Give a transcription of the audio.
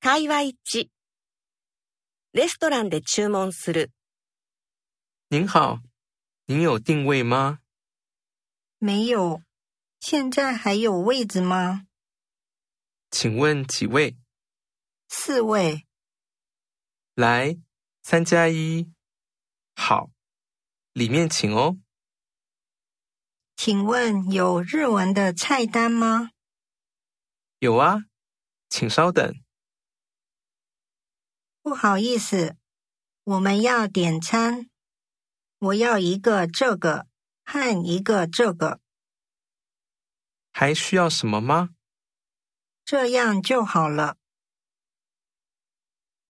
対話1。レストランで注文する。您好，您有定位吗？没有，现在还有位子吗？请问几位？四位，来，三加一。好，里面请哦。请问有日文的菜单吗？有啊，请稍等。不好意思，我们要点餐。我要一个这个和一个这个，还需要什么吗？这样就好了。